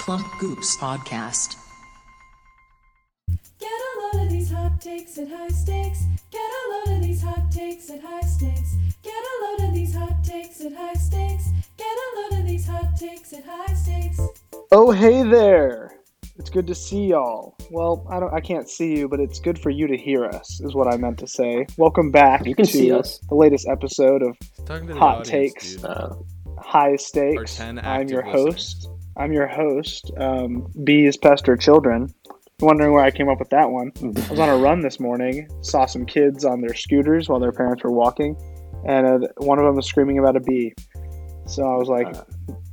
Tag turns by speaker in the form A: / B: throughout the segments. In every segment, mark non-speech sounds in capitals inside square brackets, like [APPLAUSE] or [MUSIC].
A: Plump Goops Podcast.
B: Get a load of these hot takes at high stakes. Get a load of these hot takes at high stakes. Get a load of these hot takes at high stakes. Get a load of these hot takes at high stakes.
C: Oh hey there. It's good to see y'all. Well, I don't I can't see you, but it's good for you to hear us is what I meant to say. Welcome back
D: You can
C: to
D: see us.
C: the latest episode of
E: Talking to the
C: Hot
E: audience,
C: takes.
E: dude.
D: Uh,
C: High Stakes.
E: Our 10
C: I'm your
E: active listeners.
C: host. I'm your host. Um, Bees pester children. Wondering where I came up with that one. I was on a run this morning. Saw some kids on their scooters while their parents were walking, and uh, one of them was screaming about a bee. So I was
E: Uh,
C: like,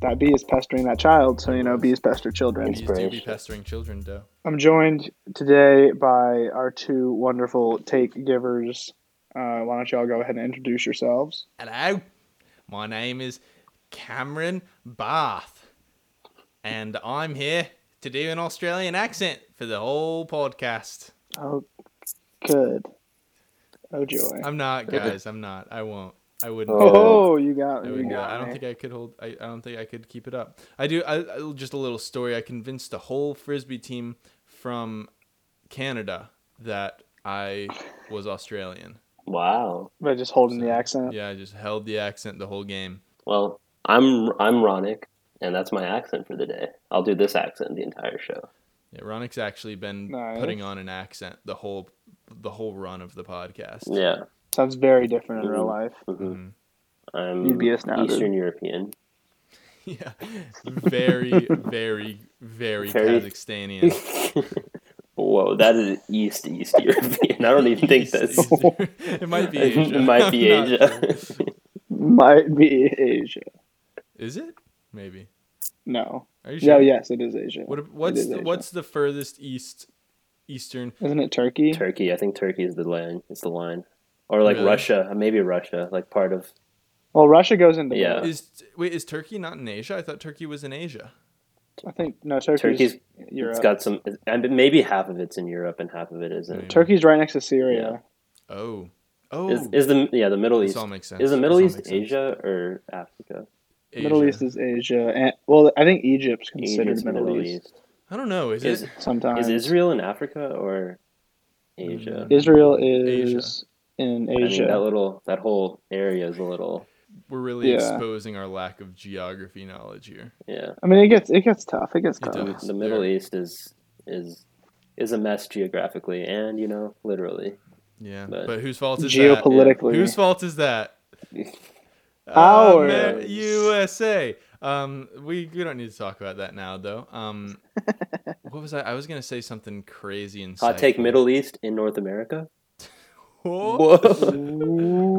C: "That bee is pestering that child." So you know, bees pester children.
E: Bees do be
D: inspiration.
E: pestering children, though.
C: I'm joined today by our two wonderful take givers. Uh, why don't y'all go ahead and introduce yourselves?
E: Hello, my name is Cameron Bath, and I'm here to do an Australian accent for the whole podcast.
C: Oh, good. Oh joy. [LAUGHS]
E: I'm not, guys. I'm not. I won't. I wouldn't.
D: Oh,
C: Oh, you got
E: I,
C: you
E: wouldn't do it.
C: got
E: I don't
C: me.
E: think I could hold. I, I don't think I could keep it up. I do. I, I- just a little story. I convinced the whole frisbee team from Canada that I was Australian.
D: wow.
C: By just holding the accent.
E: Yeah, I just held the accent the whole game.
D: Well, I'm I'm Ronick, and that's my accent for the day. I'll do this accent the entire show.
E: Yeah, Ronick's actually been
C: Nice.
E: putting on an accent the whole the whole run of the podcast.
D: Yeah,
C: Sounds very different in real life. [LAUGHS]
E: Mhm.
D: I'm
C: You'd be astounded.
D: Eastern European.
E: [LAUGHS] yeah. Very, very, very
D: Very-
E: Kazakhstanian.
D: [LAUGHS] Whoa, that is East East [LAUGHS] European. I don't even think that's
E: East- it might be
D: [LAUGHS]
E: Asia.
D: it might be
E: [LAUGHS] I'm not sure.
D: Asia.
C: Might be Asia.
E: Is it? Maybe.
C: No.
E: Are you sure?
C: Yeah, yes, it is Asia.
E: What,
C: It
E: what's
C: is
E: the,
C: Asia.
E: what's the furthest east eastern?
C: Isn't it Turkey?
D: [LAUGHS] Turkey. I think Turkey is the line. It's the line, or like
E: Really?
D: Russia. uh, Maybe Russia, like part of.
C: Well, Russia goes into
D: Yeah.
C: both.
E: Is wait, is Turkey not in Asia? I thought Turkey was in Asia.
C: I think no Turkey's,
D: Turkey's-
C: Europe.
D: It's got some, and maybe half of it's in Europe and half of it isn't.
C: Turkey's right next to Syria.
E: Oh. Oh.
D: Is, is the yeah the Middle
E: This
D: East
E: all makes sense.
D: Is the
E: This
D: Middle
E: all
D: East
E: makes sense.
D: Asia or Africa?
C: Middle
E: Asia.
C: East is Asia, and well, I think Egypt's considered
D: Egypt's
C: Middle, East.
E: I don't know. Is,
D: Is,
E: it?
C: Sometimes
D: is Israel in Africa or Asia?
C: Israel is
E: Asia.
C: in
D: I mean,
C: Asia.
D: that little that whole area is a little
E: We're really
C: Yeah.
E: exposing our lack of geography knowledge here.
D: yeah.
C: I mean, it gets it gets tough. It gets
E: It
C: tough.
E: does.
D: The Middle
E: There.
D: East is is is a mess geographically and you know literally.
E: Yeah, but,
D: But-
E: whose fault is that?
C: Geopolitically,
E: Whose fault is
D: [LAUGHS]
E: that? Uh,
C: Ours.
E: Amer- USA. Um, we we don't need to talk about that now, though.
D: [LAUGHS]
E: Um, what was I? I was gonna say something crazy and
D: Hot take: Middle East in North America.
E: Whoa.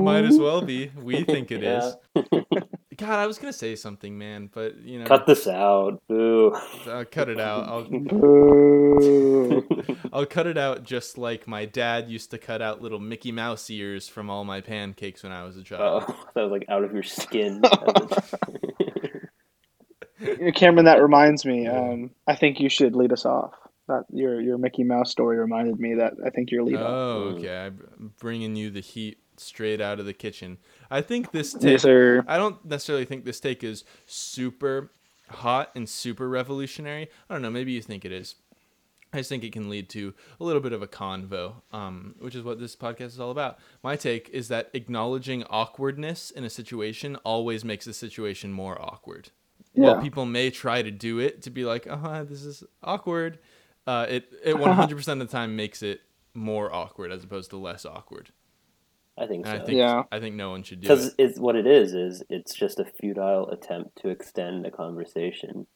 E: [LAUGHS] Might as well be.
D: [LAUGHS]
E: We think it is.
D: Yeah. [LAUGHS]
E: God, I was gonna say something, man, but you know,
D: Cut this out. Boo.
E: I'll cut it out.
D: [LAUGHS]
E: I'll
C: Boo.
E: I'll cut it out just like my dad used to cut out little Mickey Mouse ears from all my pancakes when I was a child.
D: Oh, [LAUGHS] that was like out of your
E: [LAUGHS]
D: skin.
C: Cameron, that reminds me. Um, I think you should lead us off. That your your Mickey Mouse story reminded me that I think your lead off.
E: Oh, okay. I'm bringing you the heat straight out of the kitchen. I think this take.
C: Yes, sir.
E: I don't necessarily think this take is super hot and super revolutionary. I don't know. Maybe you think it is. I just think it can lead to a little bit of a convo, um, which is what this podcast is all about. My take is that acknowledging awkwardness in a situation always makes the situation more awkward.
C: Yeah.
E: While people may try to do it to be like, uh huh, this is awkward, uh, it,
C: [LAUGHS]
E: it 100% of the time makes it more awkward as opposed to less awkward.
D: I think so.
E: And I think,
C: Yeah.
E: I think no one should do
D: because
E: it.
D: it's what it is is it's just a futile attempt to extend a conversation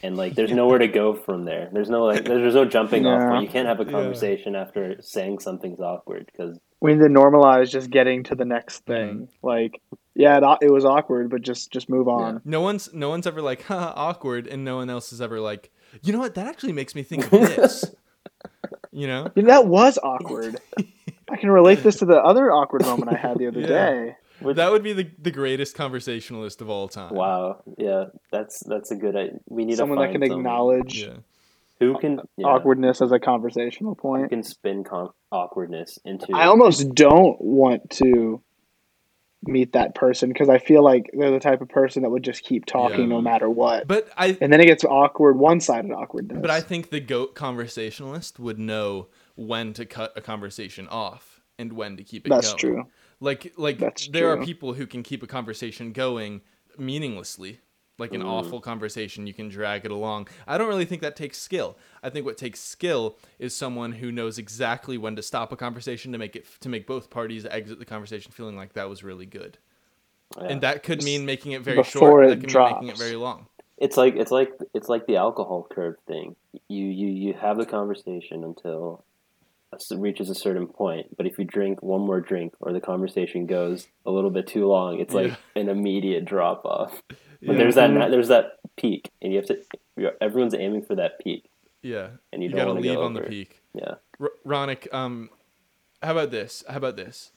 D: and like there's nowhere to go from there there's no like there's, there's no jumping off
C: Yeah.
D: point you can't have a conversation after saying something's awkward because
C: We need to normalize just getting to the next
E: Mm-hmm.
C: thing. Like, yeah, it, au- it was awkward, but just just move on.
E: No one's no one's ever like [LAUGHS] Haha, awkward, and no one else is ever like, you know what? That actually makes me think of this. you know,
C: You know, that was
E: [LAUGHS]
C: awkward. I can relate this to the other awkward moment I had the other
E: [LAUGHS] Yeah.
C: day.
E: that would be the, the greatest conversationalist of all time.
D: wow yeah that's that's a good i we need
C: Someone
D: to
C: that
D: find
C: can
D: someone
C: acknowledge
E: Yeah.
D: who can yeah,
C: awkwardness as a conversational
D: who
C: point.
D: can spin con- awkwardness into
C: I almost don't want to meet that person because I feel like they're the type of person that would just keep talking
E: Yeah.
C: no matter what.
E: But I
C: and then it gets awkward, one sided awkwardness.
E: But I think the goat conversationalist would know when to cut a conversation off and when to keep it
C: That's
E: going.
C: true.
E: Like like
C: That's
E: there
C: true.
E: are people who can keep a conversation going meaninglessly. Like
C: Mm.
E: an awful conversation, you can drag it along. I don't really think that takes skill. I think what takes skill is someone who knows exactly when to stop a conversation to make it to make both parties exit the conversation feeling like that was really good. And that could mean making it very
C: Before
E: short.
C: it
E: that could mean making
C: drops.
E: it very long.
D: It's like it's like it's like the alcohol curve thing. You you you have the conversation until it reaches a certain point, but if you drink one more drink or the conversation goes a little bit too long, it's like an immediate drop off. But there's that there's that peak, and you have to you're- everyone's aiming for that peak,
E: Yeah,
D: and you,
E: you
D: don't
E: gotta
D: want to
E: leave
D: go
E: on the
D: over.
E: peak.
D: Yeah,
E: R- Ronick, um, how about this? How about this?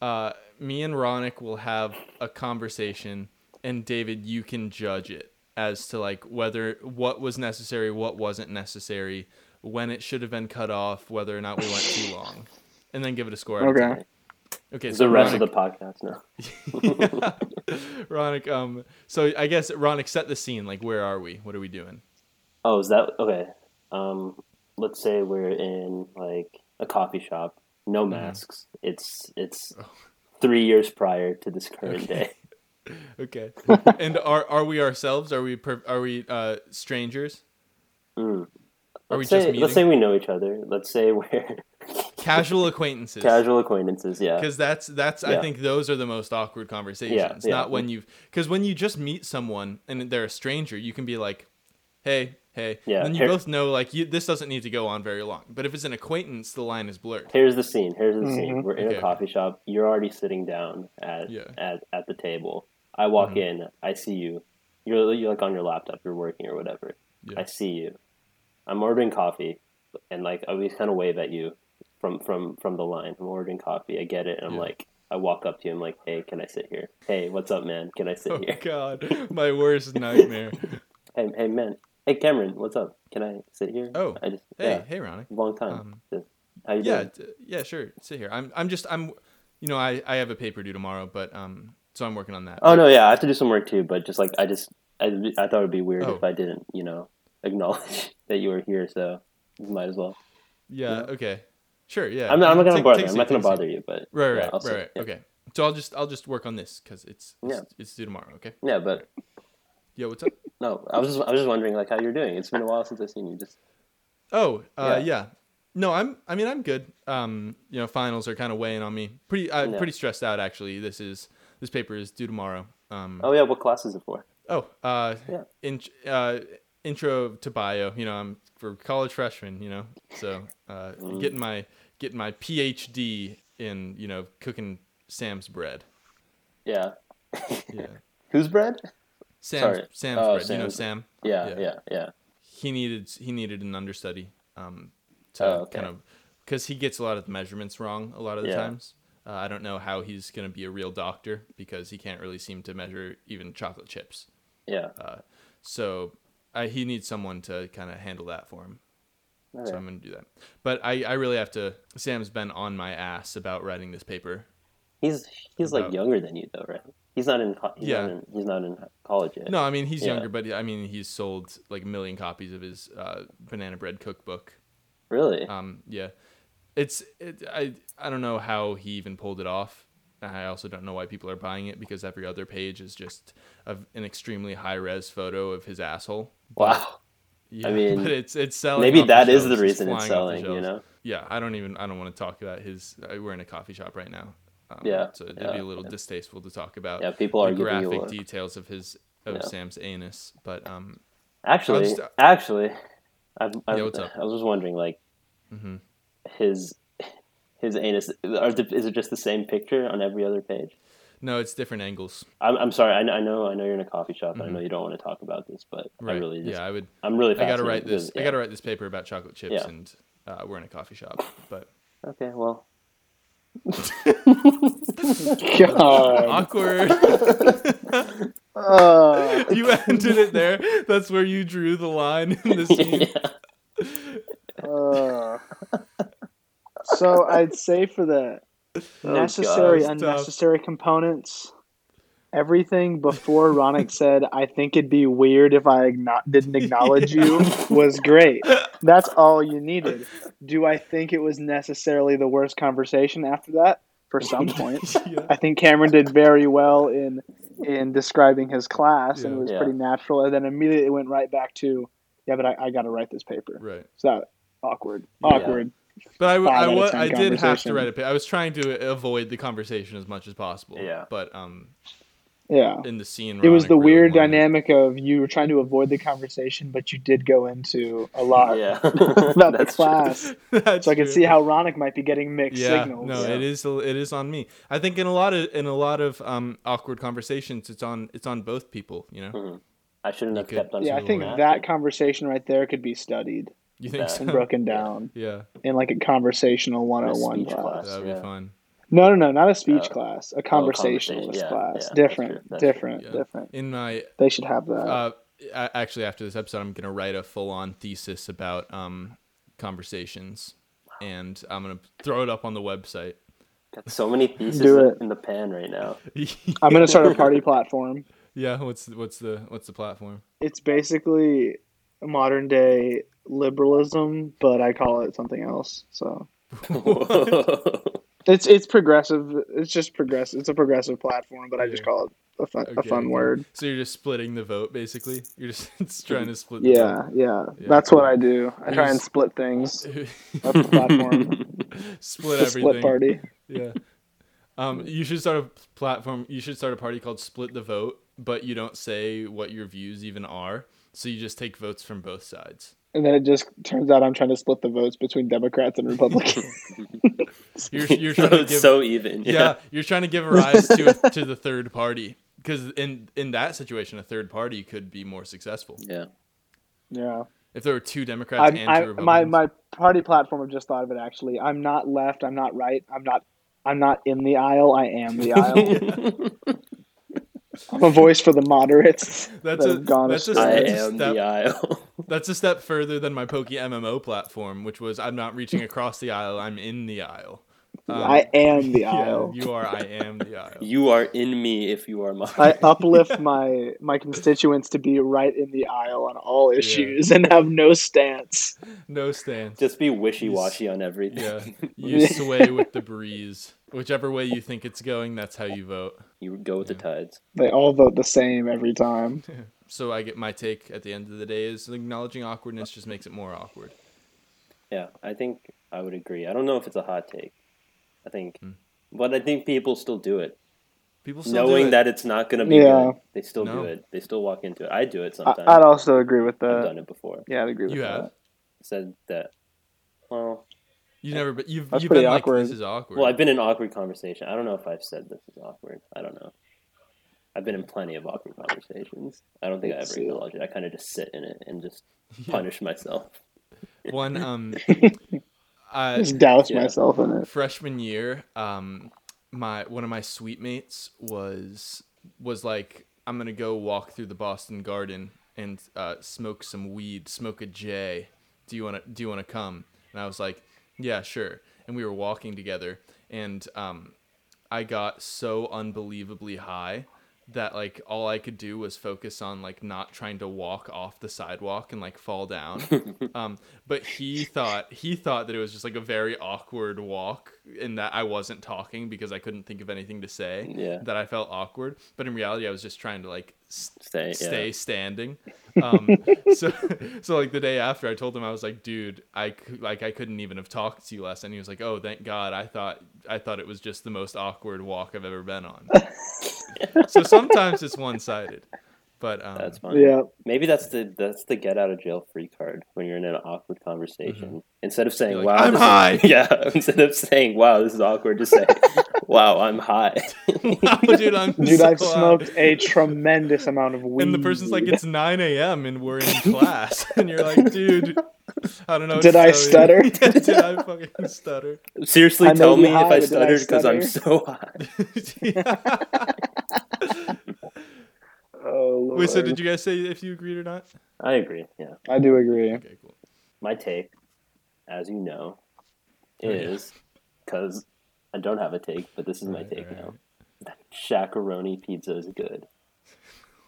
E: Uh, me and Ronick will have a conversation, and David, you can judge it as to like whether what was necessary, what wasn't necessary, when it should have been cut off, whether or not we went too long, and then give it a score. out of
C: okay.
E: [LAUGHS] ten. Okay. So
D: the rest of
E: Ronick-
D: the podcast now.
E: Ronick, um, so I guess Ronick set the scene. Like, where are we? What are we doing?
D: Oh, is that okay? Um, let's say we're in like a coffee shop, no masks. It's it's three years prior to this current day. [LAUGHS]
E: Okay. and are are we ourselves? Are we per- are we uh, strangers? Are we
D: Hmm. Let's
E: just
D: say,
E: meeting?
D: let's say we know each other. Let's say we're
E: casual acquaintances.
D: casual acquaintances. Yeah,
E: because that's that's I
D: Yeah.
E: think those are the most awkward conversations.
D: yeah.
E: Not when you've because when you just meet someone and they're a stranger, you can be like, "Hey, hey,"
D: Yeah,
E: and then you
D: here-
E: both know like you, this doesn't need to go on very long. But if it's an acquaintance, the line is
D: [LAUGHS]
E: blurred.
D: here's the scene. Here's the scene. We're in
E: Okay.
D: a coffee shop. You're already sitting down at
E: Yeah. Mm-hmm.
D: at, at the table. I walk in. I see you. You're you're like on your laptop. You're working or whatever.
E: Yeah.
D: I see you. I'm ordering coffee, and like I always kind of wave at you from from from the line. I'm ordering coffee. I get it. And I'm
E: Yeah.
D: like, I walk up to you. I'm like, Hey, can I sit here? Hey, what's up, man? Can I sit
E: Oh
D: here? [LAUGHS]
E: God, my worst nightmare.
D: Hey, hey, man. Hey, Cameron, what's up? Can I sit here?
E: Oh,
D: I just
E: Hey,
D: yeah,
E: hey, Ronnie.
D: long time.
E: um,
D: Just- How you
E: Yeah,
D: doing?
E: d- yeah, sure. Sit here. I'm I'm just I'm, you know, I I have a paper due tomorrow, but um, so I'm working on that.
D: Oh no, yeah, I have to do some work too. But just like I just, I, I thought it'd be weird
E: Oh.
D: if I didn't, you know, acknowledge [LAUGHS] that you were here. So you might as well.
E: yeah, okay, sure. Yeah,
D: I'm not, I'm not gonna
E: Take-
D: bother.
E: take a
D: I'm
E: seat,
D: not
E: take
D: gonna
E: a seat.
D: bother you. But
E: Right,
D: yeah,
E: right,
D: I'll
E: right,
D: sit-
E: right.
D: yeah.
E: Okay. So I'll just I'll just work on this because it's it's,
D: Yeah.
E: it's due tomorrow. Okay.
D: Yeah, but
E: Yeah.
D: [LAUGHS]
E: What's up?
D: no, I was just, I was just wondering like how you're doing. It's been a while since I've seen you. Just
E: Oh, uh, yeah.
D: Yeah.
E: No, I'm. I mean, I'm good. Um, you know, finals are kind of weighing on me. Pretty, uh,
D: Yeah.
E: pretty stressed out actually. This is this paper is due tomorrow. Um.
D: oh yeah, what class is it for?
E: Oh. Uh.
D: Yeah.
E: In, uh. Intro to bio. You know, I'm for college freshman. You know, so uh,
D: Mm.
E: getting my getting my PhD in you know cooking Sam's bread.
D: Yeah, [LAUGHS]
E: Yeah.
D: whose bread?
E: Sam's
D: Sorry.
E: Sam's
D: Oh,
E: bread. You know
D: Sam's-
E: Sam.
D: Yeah,
E: Yeah.
D: yeah, yeah.
E: he needed he needed an understudy um to
D: Oh, okay.
E: kind of because he gets a lot of the measurements wrong a lot of the
D: Yeah.
E: times uh, i don't know how he's going to be a real doctor because he can't really seem to measure even chocolate chips
D: Yeah.
E: Uh, so I, he needs someone to kind of handle that for him so
D: Okay.
E: i'm going to do that but I, I really have to sam's been on my ass about writing this paper
D: He's he's like
E: about-
D: younger than you though, right? He's not in. co- He's
E: Yeah.
D: Not in, he's not in college yet.
E: no i mean he's
D: Yeah.
E: younger but i mean he's sold like a million copies of his uh, banana bread cookbook
D: Really?
E: Um, yeah, it's it, I I don't know how he even pulled it off. And I also don't know why people are buying it because every other page is just a, an extremely high res photo of his asshole.
D: wow.
E: Yeah, [LAUGHS]
D: mean,
E: but it's it's selling.
D: maybe
E: off the
D: that is the
E: shelves,
D: reason
E: flying
D: it's
E: off the
D: selling, you
E: shelves.
D: know?
E: Yeah, I don't even I don't want to talk about his. uh, We're in a coffee shop right now. Um,
D: Yeah,
E: so it'd be
D: yeah,
E: a little distasteful to talk about.
D: Yeah, people are
E: the
D: giving you a
E: graphic
D: look.
E: details of his of
D: Yeah.
E: Sam's anus, but um,
D: Actually,
E: just-
D: actually, I've, I've,
E: what's up? Mm-hmm.
D: I was just wondering, like, his his anus are the, is it just the same picture on every other page?
E: no, it's different angles.
D: I'm, I'm sorry, I, kn- I know, I know you're in a coffee shop. and I know you don't want to talk about this, but
E: Mm-hmm. Right?
D: I really, just,
E: yeah, I would.
D: I'm really.
E: I gotta
D: fascinated
E: write this.
D: because-
E: I gotta write this paper about chocolate chips,
D: Yeah.
E: and uh, we're in a coffee shop.
C: [LAUGHS]
E: But
D: yeah. Okay, well,
C: God.
E: awkward. [LAUGHS]
C: Uh,
E: you ended it there. That's where you drew the line
C: [LAUGHS]
E: in the scene.
C: [LAUGHS]
E: [LAUGHS]
C: uh. So I'd say for the
D: Oh,
C: necessary,
D: God.
E: It's tough.
C: unnecessary components. Everything before Ronick said, "I think it'd be weird if I igno- didn't acknowledge
E: [LAUGHS]
C: you," was great. That's all you needed. Do I think it was necessarily the worst conversation after that? For
E: [LAUGHS]
C: some points,
E: Yeah.
C: I think Cameron did very well in in describing his class, and it
E: Yeah.
C: was
D: Yeah.
C: pretty natural. And then immediately it went right back to, "Yeah, but I, I got to write this paper."
E: Right.
C: So that awkward,
D: Yeah.
C: awkward.
E: But I, w-
C: Five
E: I,
C: out of
E: wa-
C: ten
E: I did have to
C: conversation.
E: write a pa- I was trying to avoid the conversation as much as possible.
D: Yeah.
E: But um,
C: yeah.
E: in the scene,
C: it was
E: Ronick
C: the
E: really
C: weird
E: wanted-
C: dynamic of you were trying to avoid the conversation, but you did go into a lot
D: Yeah,
C: about the
D: [LAUGHS] That's true.
C: class,
E: [LAUGHS] That's
C: so I could
E: true.
C: see how Ronick might be getting mixed
E: yeah,
C: signals.
E: No, it is it is on me. I think in a lot of in a lot of um, awkward conversations, it's on it's on both people. You
C: Mm.
E: know,
D: I shouldn't have
E: could-
D: kept on.
C: yeah, I
D: saying
C: think that conversation right there could be studied
E: you think
D: [LAUGHS] Yeah.
E: so?
C: and broken down
E: Yeah,
C: in like a conversational one-on-one
D: speech
C: class.
D: class.
E: that would
D: Yeah.
E: be fun.
C: No, no, no, not a speech
D: Oh.
C: class, a conversationalist
D: conversation. Yeah,
C: class.
D: yeah, that's
C: different,
D: true, that's true,
C: different,
E: Yeah.
C: different.
E: In my
C: They should have that.
E: uh, a- actually, after this episode, I'm gonna write a full on thesis about um, conversations, and I'm gonna throw it up on
C: [LAUGHS]
E: the website.
D: Got so many theses
C: Do it.
D: in the pan right
E: [LAUGHS]
D: now.
C: I'm gonna start
D: [LAUGHS]
C: a party platform.
E: yeah, what's what's the what's the platform?
C: It's basically modern day liberalism, but I call it something else. So. It's it's progressive. It's just progressive. It's a progressive platform, but I just
E: Yeah.
C: call it a fun, a
E: Okay,
C: fun
E: okay.
C: word.
E: So you're just splitting the vote, basically. You're just [LAUGHS] it's trying to split. The
C: Yeah, yeah,
E: Yeah.
C: That's what I do. I try and
E: Who's-
C: split
E: [LAUGHS]
C: things.
E: vote.
C: That's the platform.
E: [LAUGHS] split
C: the
E: everything.
C: split party.
E: [LAUGHS] yeah. Um, you should start a platform. You should start a party called Split the Vote, but you don't say what your views even are. So you just take votes from both sides.
C: And then it just turns out I'm trying to split the votes between Democrats and
E: [LAUGHS]
C: Republicans.
D: [LAUGHS]
E: You're, you're
D: so,
C: [LAUGHS]
E: trying to give,
D: so even. [LAUGHS]
E: yeah.
D: Yeah.
E: you're trying to give rise to to the third party because in in that situation, a third party could be more successful
D: Yeah.
C: yeah,
E: if there were two Democrats
C: I'm,
E: and two
C: I'm,
E: Republicans.
C: my my party platform. I've just thought of it. Actually, I'm not left. I'm not right. I'm not. I'm not in the aisle. I am the aisle.
E: [LAUGHS]
C: I'm a voice for the moderates
E: That's
C: that
E: a-
C: have gone
E: that's a-
C: astray.
D: I
E: That's a
D: am
E: step.
D: the aisle. [LAUGHS]
E: That's a step further than my Pokey MMO platform, which was I'm not reaching across the aisle, I'm in the aisle. Um,
C: I am the
E: yeah,
C: aisle.
E: you are. I am the
C: [LAUGHS]
E: aisle.
D: You are in me if you are mine.
C: I uplift my my constituents to be right in the aisle on all issues and have no stance.
E: No
C: [LAUGHS]
E: stance.
D: Just be wishy washy on everything.
E: Yeah, you sway with the breeze. Whichever way you think it's going, that's how you vote.
D: [LAUGHS] You go with the tides.
C: They all vote the same every time.
E: So I get my take at the end of the day is acknowledging awkwardness just makes it more awkward.
D: Yeah, I think I would agree. I don't know if it's a hot take. I think, but I think people still do it,
E: People Hmm. still
D: knowing
E: do it.
D: that it's not going to be
C: Yeah.
D: good. They still
E: No.
D: do it. They still walk into it. I do it
C: I, uh,
D: sometimes.
C: I'd also agree with
D: I've
C: that.
D: done it before.
C: Yeah, I'd agree with
E: you
C: that.
E: have
D: Said that. Well,
E: you never but you've
C: That's
E: you've
C: pretty
E: been
C: awkward.
E: like this is awkward.
D: well, I've been in awkward conversation. I don't know if I've said this is awkward. I don't know. I've been in plenty of awkward conversations. I don't think I ever
C: See.
D: acknowledge it. I kind of just sit in it and
E: [LAUGHS]
D: just punish myself.
E: One um, uh,
C: Just douse
D: Yeah.
C: myself in it.
E: freshman year, um, my one of my sweet mates was was like, I'm gonna go walk through the Boston Garden and uh, smoke some weed, smoke a J. Do you wanna Do you wanna come? And I was like, Yeah, sure. And we were walking together, and um, I got so unbelievably high that like all I could do was focus on like not trying to walk off the sidewalk and like fall down. um, but he thought he thought that it was just like a very awkward walk and that I wasn't talking because I couldn't think of anything to say.
D: Yeah.
E: That I felt awkward, but in reality I was just trying to like s-
D: Stay, yeah.
E: stay standing.
D: [LAUGHS]
E: Um, so, so like the day after, I told him I was like, dude, I cou- like I couldn't even have talked to you last. night." And he was like, oh, thank God. I thought I thought it was just the most awkward walk I've ever been on. so sometimes it's one sided, but um, [LAUGHS]
D: That's fine.
C: Uh, Yeah,
D: Maybe that's the that's the get out of jail free card when you're in an awkward conversation. Instead of saying
E: You're like,
D: "Wow,
E: "I'm
D: this
E: high!"
D: Is, [LAUGHS] yeah, instead of saying "Wow, this is awkward," just [LAUGHS] say "Wow, I'm high." [LAUGHS]
E: wow, Oh, dude, I'm
C: dude,
E: so
C: I've
E: high.
C: smoked a tremendous amount of weed.
E: [LAUGHS] And the person's like, it's 9 a.m. and we're in class, [LAUGHS] and you're like, dude, I don't know. what
C: Did
E: to
C: I
E: tell you." [LAUGHS]
C: stutter?
E: Did I fucking stutter? [LAUGHS]
D: Seriously,
C: I may
D: tell
C: be
D: me
C: high,
D: if I
C: but did I
D: stuttered because I'm
C: stutter?
D: so [LAUGHS] high.
C: [LAUGHS] oh, Lord.
E: Wait, so did you guys say if you agreed or not?
D: I agree. Yeah,
C: I do agree.
E: Okay, cool.
D: my take, as you know,
E: Oh, yeah.
D: is because I don't have a take, but this is my take now. Shakaroni pizza is [LAUGHS] good,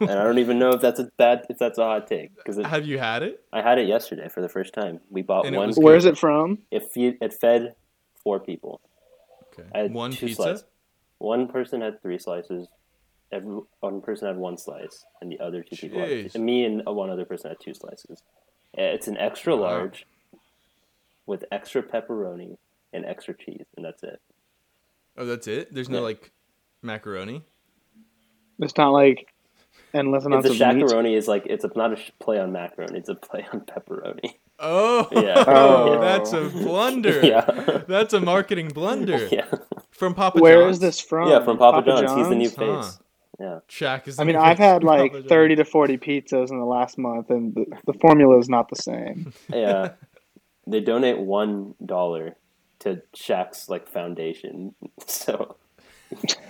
D: and I don't even know if that's a bad if that's a hot take because
E: Have you had it?
D: I had it yesterday for the first time. We bought
E: And it
D: one.
E: was
C: Where's it from?
D: It feed, it fed four people.
E: Okay.
D: I had
E: One
D: two
E: pizza.
D: slices. One person had three slices. Every one person had one slice, and the other two people. Had,
E: Jeez.
D: and me and uh, one other person had two slices. Uh, It's an extra large with extra pepperoni and extra cheese, and that's it.
E: Oh, that's it. There's no
D: Yeah.
E: like macaroni.
C: It's not like endless
D: If
C: amounts
D: the
C: of meat.
D: shakaroni is like it's a, not a sh- play on macaroni; it's a [LAUGHS] play on pepperoni.
E: Oh,
D: Yeah.
C: Oh.
E: that's a blunder.
D: [LAUGHS] yeah,
E: That's a marketing blunder
D: [LAUGHS] yeah,
E: from Papa
C: Where
E: John's.
C: is this from?
D: yeah. From Papa, John's. he's the new
C: John's?
E: Huh.
D: face. Yeah,
E: Shaq is.
C: I mean,
E: the
C: I've had
E: [LAUGHS] Papa
C: like
E: John's.
C: thirty to forty pizzas in the last month, and the, the formula is not the same.
D: yeah. [LAUGHS] they donate one dollar to Shaq's like foundation, [LAUGHS] so,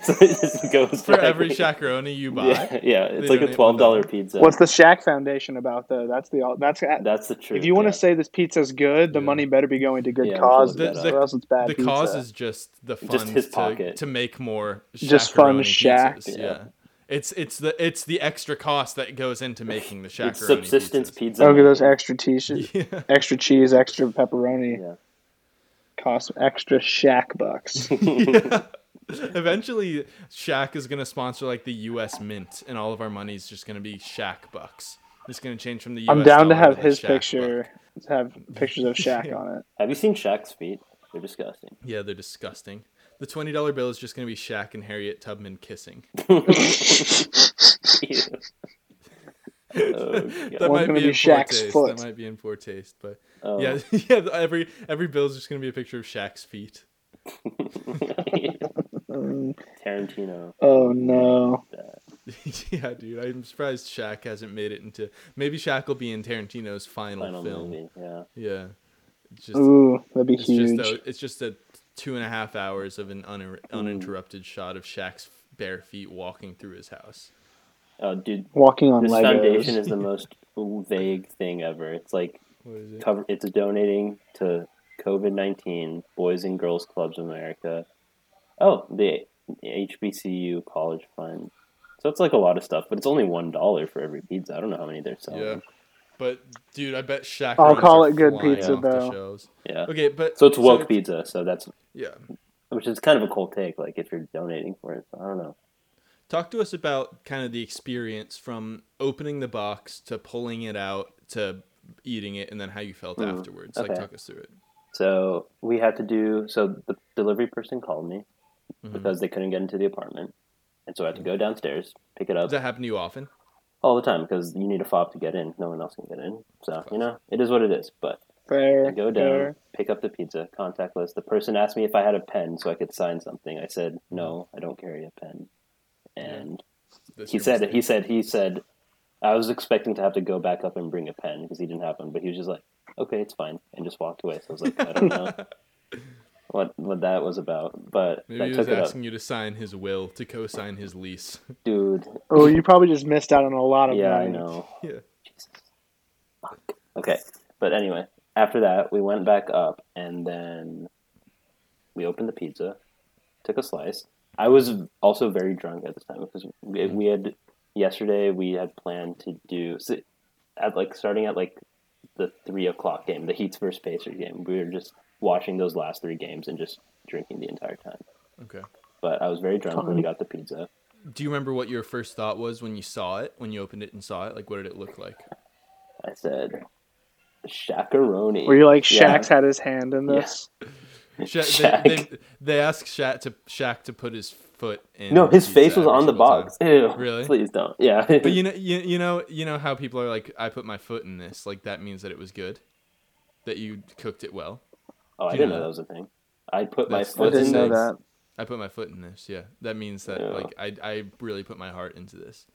D: so it
E: [LAUGHS]
D: just goes
E: for
C: [LAUGHS]
D: back.
E: every shakaroni you buy.
D: Yeah, yeah, it's
E: They
D: like a
E: donate
D: twelve dollar
E: $1.
D: pizza.
C: What's the Shack Foundation about though? That's the that's
D: That's the truth.
C: if you want
D: yeah.
C: to say this pizza's good, the
E: Yeah.
C: money better be going to good
D: Yeah,
C: causes,
E: The,
D: that
E: the,
D: up.
C: or else it's bad
E: the
C: pizza.
E: cause is just the funds
D: Just his
E: to,
D: pocket.
E: to make more
C: Just fun
E: shakaroni
C: Shaq,
E: pizzas,
D: yeah.
E: Yeah. It's it's the it's the extra cost that goes into making the shakaroni
D: it's subsistence
E: pizzas.
D: pizza.
C: Okay, those extra cheese,
D: [LAUGHS]
E: Yeah.
C: extra cheese, extra pepperoni
D: Yeah.
C: cost extra Shack
D: [LAUGHS]
C: bucks.
E: Eventually, Shaq is gonna sponsor like the U.S. Mint, and all of our money is just gonna be Shaq bucks. It's gonna change from the. US
C: I'm down to
E: dollar
C: have
E: the
C: his
E: Shaq
C: picture,
E: buck.
C: to have pictures
D: [LAUGHS]
C: of Shack on it.
D: Have you seen Shaq's feet? They're
E: [LAUGHS]
D: disgusting.
E: Yeah, they're disgusting. The twenty dollar bill is just gonna be Shaq and Harriet Tubman kissing.
D: Ew. oh, God.
E: that
C: One's
E: might
C: gonna
E: be,
C: be
E: in poor
C: Shaq's
E: taste.
C: foot.
E: That might be in poor taste, but
D: Oh.
E: yeah, [LAUGHS] yeah. the- Every every bill is just gonna be a picture of Shaq's feet. [LAUGHS]
D: Tarantino.
C: Oh no!
E: yeah, dude. I'm surprised Shaq hasn't made it into. Maybe Shaq will be in Tarantino's final,
D: Final
E: film.
D: movie. Yeah.
E: Yeah, it's just
C: Ooh, that'd be
E: it's
C: huge.
E: just a, it's just a two and a half hours of an un- uninterrupted shot of Shaq's bare feet walking through his house.
D: Oh, dude.
C: Walking on
D: This foundation
C: Legos.
D: is the
E: [LAUGHS]
D: most vague thing ever. It's like
E: What is it?
D: cover. It's donating to COVID nineteen Boys and Girls Clubs of America. Oh, the HBCU College Fund. So it's like a lot of stuff, but it's only one dollar for every pizza. I don't know how many they're selling.
E: Yeah, but dude, I bet Shaq.
C: I'll
E: runners
C: call
E: are
C: it good
E: flying
C: pizza,
E: off the
C: though.
E: shelves.
D: Yeah.
E: Okay, but
D: So it's woke
E: it's-
D: pizza. So that's
E: Yeah,
D: which is kind of a cool take. Like if you're donating for it, so I don't know.
E: Talk to us about kind of the experience from opening the box to pulling it out to eating it and then how you felt afterwards. Like,
D: Hmm. okay.
E: talk us through it.
D: So we had to do. So the delivery person called me
E: Mm-hmm.
D: because they couldn't get into the apartment, and so I had to go downstairs pick it up.
E: Does that happen to you often?
D: all the time because you need a fob to get in. No one else can get in. So, you know, it is what it is. But
C: Fair.
D: I go down,
C: fair.
D: pick up the pizza, contactless. The person asked me if I had a pen so I could sign something. I said, no, I don't carry a pen. And
E: That's
D: he
E: your
D: said,
E: mistake.
D: he said, he said, I was expecting to have to go back up and bring a pen because he didn't have one, but he was just like, okay, it's fine. And just walked away. So I was like, I don't know
E: [LAUGHS]
D: what, what that was about. But
E: Maybe
D: I
E: he
D: took
E: was
D: it up.
E: asking you to sign his will to co sign his lease. [LAUGHS]
D: Dude.
C: Oh, you probably just missed out on a lot of
D: Yeah,
C: money.
D: I know.
E: yeah.
D: Okay. But anyway, after that, we went back up and then we opened the pizza, took a slice. I was also very drunk at this time because we,
C: Mm-hmm.
D: we had yesterday we had planned to do so at like starting at like the three o'clock game, the Heats versus Pacers game. We were just watching those last three games and just drinking the entire time.
E: Okay.
D: But I was very drunk when we got the pizza.
E: Do you remember what your first thought was when you saw it, when you opened it and saw it? Like, what did it look
D: [LAUGHS]
E: like?
D: I said, "Shakaroni."
C: Were you like
D: Yeah.
C: Shaq's had his hand in
D: Yeah.
C: this?
E: Sha-
D: Shaq.
E: they, they, they asked Shaq to, Shaq to put his foot in.
D: No, his
E: pizza
D: face was
E: every
D: on the
E: single time.
D: box. [LAUGHS] Ew.
E: Really?
D: Please don't. Yeah.
E: [LAUGHS] But you know, you, you know, you know how people are like, I put my foot in this. Like that means that it was good, that you cooked it well.
D: oh, I
E: you
D: didn't
E: know
D: know that was a thing. I put my
E: That's-
C: I
D: foot
E: that's
C: didn't
D: in
C: know
E: insane.
D: the.
C: that.
E: I put my foot in this. Yeah, that means that
D: Yeah.
E: like I I really put my heart into this.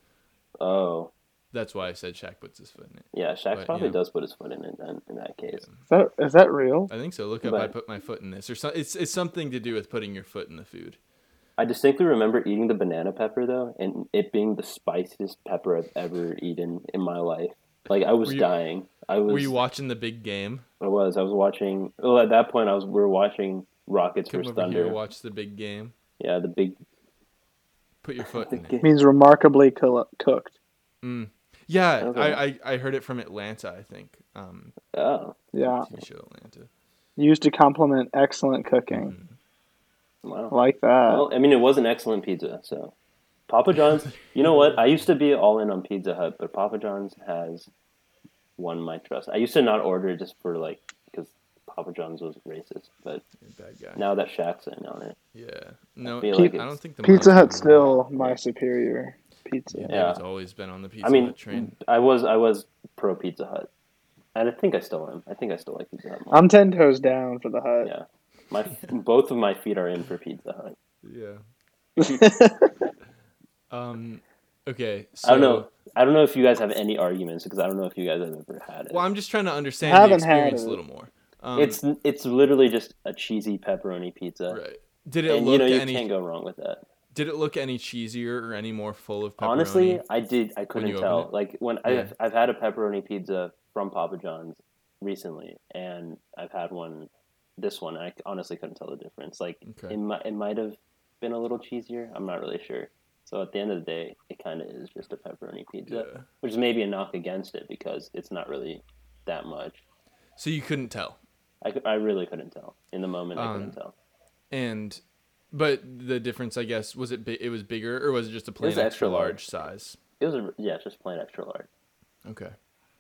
D: Oh,
E: That's why I said Shaq puts his foot in it.
D: yeah. Shaq
E: But,
D: probably
E: yeah.
D: does put his foot in it then. In that case,
C: Is that is that real?
E: I think so. Look up. I
D: But-
E: put my foot in this, or so, it's it's something to do with putting your foot in the food.
D: I distinctly remember eating the banana pepper though, and it being the spiciest pepper I've ever eaten in my life. Like I was
E: Were you-
D: dying. I was.
E: Were you watching the big game?
D: I was. I was watching. Well, at that point, I was. We were watching Rockets
E: Come
D: versus
E: over here,
D: Thunder.
E: watch the big game.
D: Yeah, the big
E: Put your foot
D: the
E: in it.
D: game.
C: means remarkably co- cooked.
E: Yeah,
D: Okay.
E: I, I, I heard it from Atlanta, I think. Um,
D: Oh,
C: Yeah,
E: TV show Atlanta.
C: used to compliment excellent cooking.
D: Mm-hmm. wow.
C: I like that.
D: Well, I mean, it was an excellent pizza. So, Papa John's. You know what? I used to be all in on Pizza Hut, but Papa John's has won my trust. I used to not order just for like because Papa John's was racist, but
E: Bad guy.
D: now that Shaq's in on it,
E: Yeah. No,
D: feel
E: I,
D: like
E: don't
D: it's-
E: think the
C: pizza
E: Mike's
C: Hut's
E: been around.
C: still my superior pizza.
E: Yeah,
D: Yeah.
E: It's always been on the Pizza
D: I mean,
E: Hut train.
D: I was I was pro Pizza Hut, and I think I still am. I think I still like Pizza Hut. More.
C: I'm ten toes down for the hut.
D: yeah, my both of my feet are in for Pizza Hut.
E: Yeah.
D: mm. [LAUGHS]
E: um, okay. So,
D: I don't know. I don't know if you guys have any arguments because I don't know if you guys have ever had it.
E: Well, I'm just trying to
C: I
E: understand the
C: haven't had
E: experience a
C: it.
E: little more. Um,
D: it's it's literally just a cheesy pepperoni pizza,
E: right. Did it
D: and you
E: look
D: know you
E: any?
D: can't go wrong with that.
E: Did it look any cheesier or any more full of pepperoni?
D: Honestly, I did. I
E: you
D: couldn't
E: open
D: tell.
E: it?
D: Like when
E: Yeah.
D: I've I've had a pepperoni pizza from Papa John's recently, and I've had one, this one. and I honestly couldn't tell the difference. Like
E: Okay.
D: it might it might have been a little cheesier. I'm not really sure. So at the end of the day, it kind of is just a pepperoni pizza,
E: Yeah.
D: which is maybe a knock against it because it's not really that much.
E: so you couldn't tell.
D: I, cou- I really couldn't tell in the moment.
E: Um,
D: I couldn't tell.
E: And, but the difference, I guess, was it? Bi- it was bigger, or was it just a plain
D: was
E: extra
D: extra
E: large
D: large.
E: size?
D: It was a, yeah, just plain extra large.
E: Okay.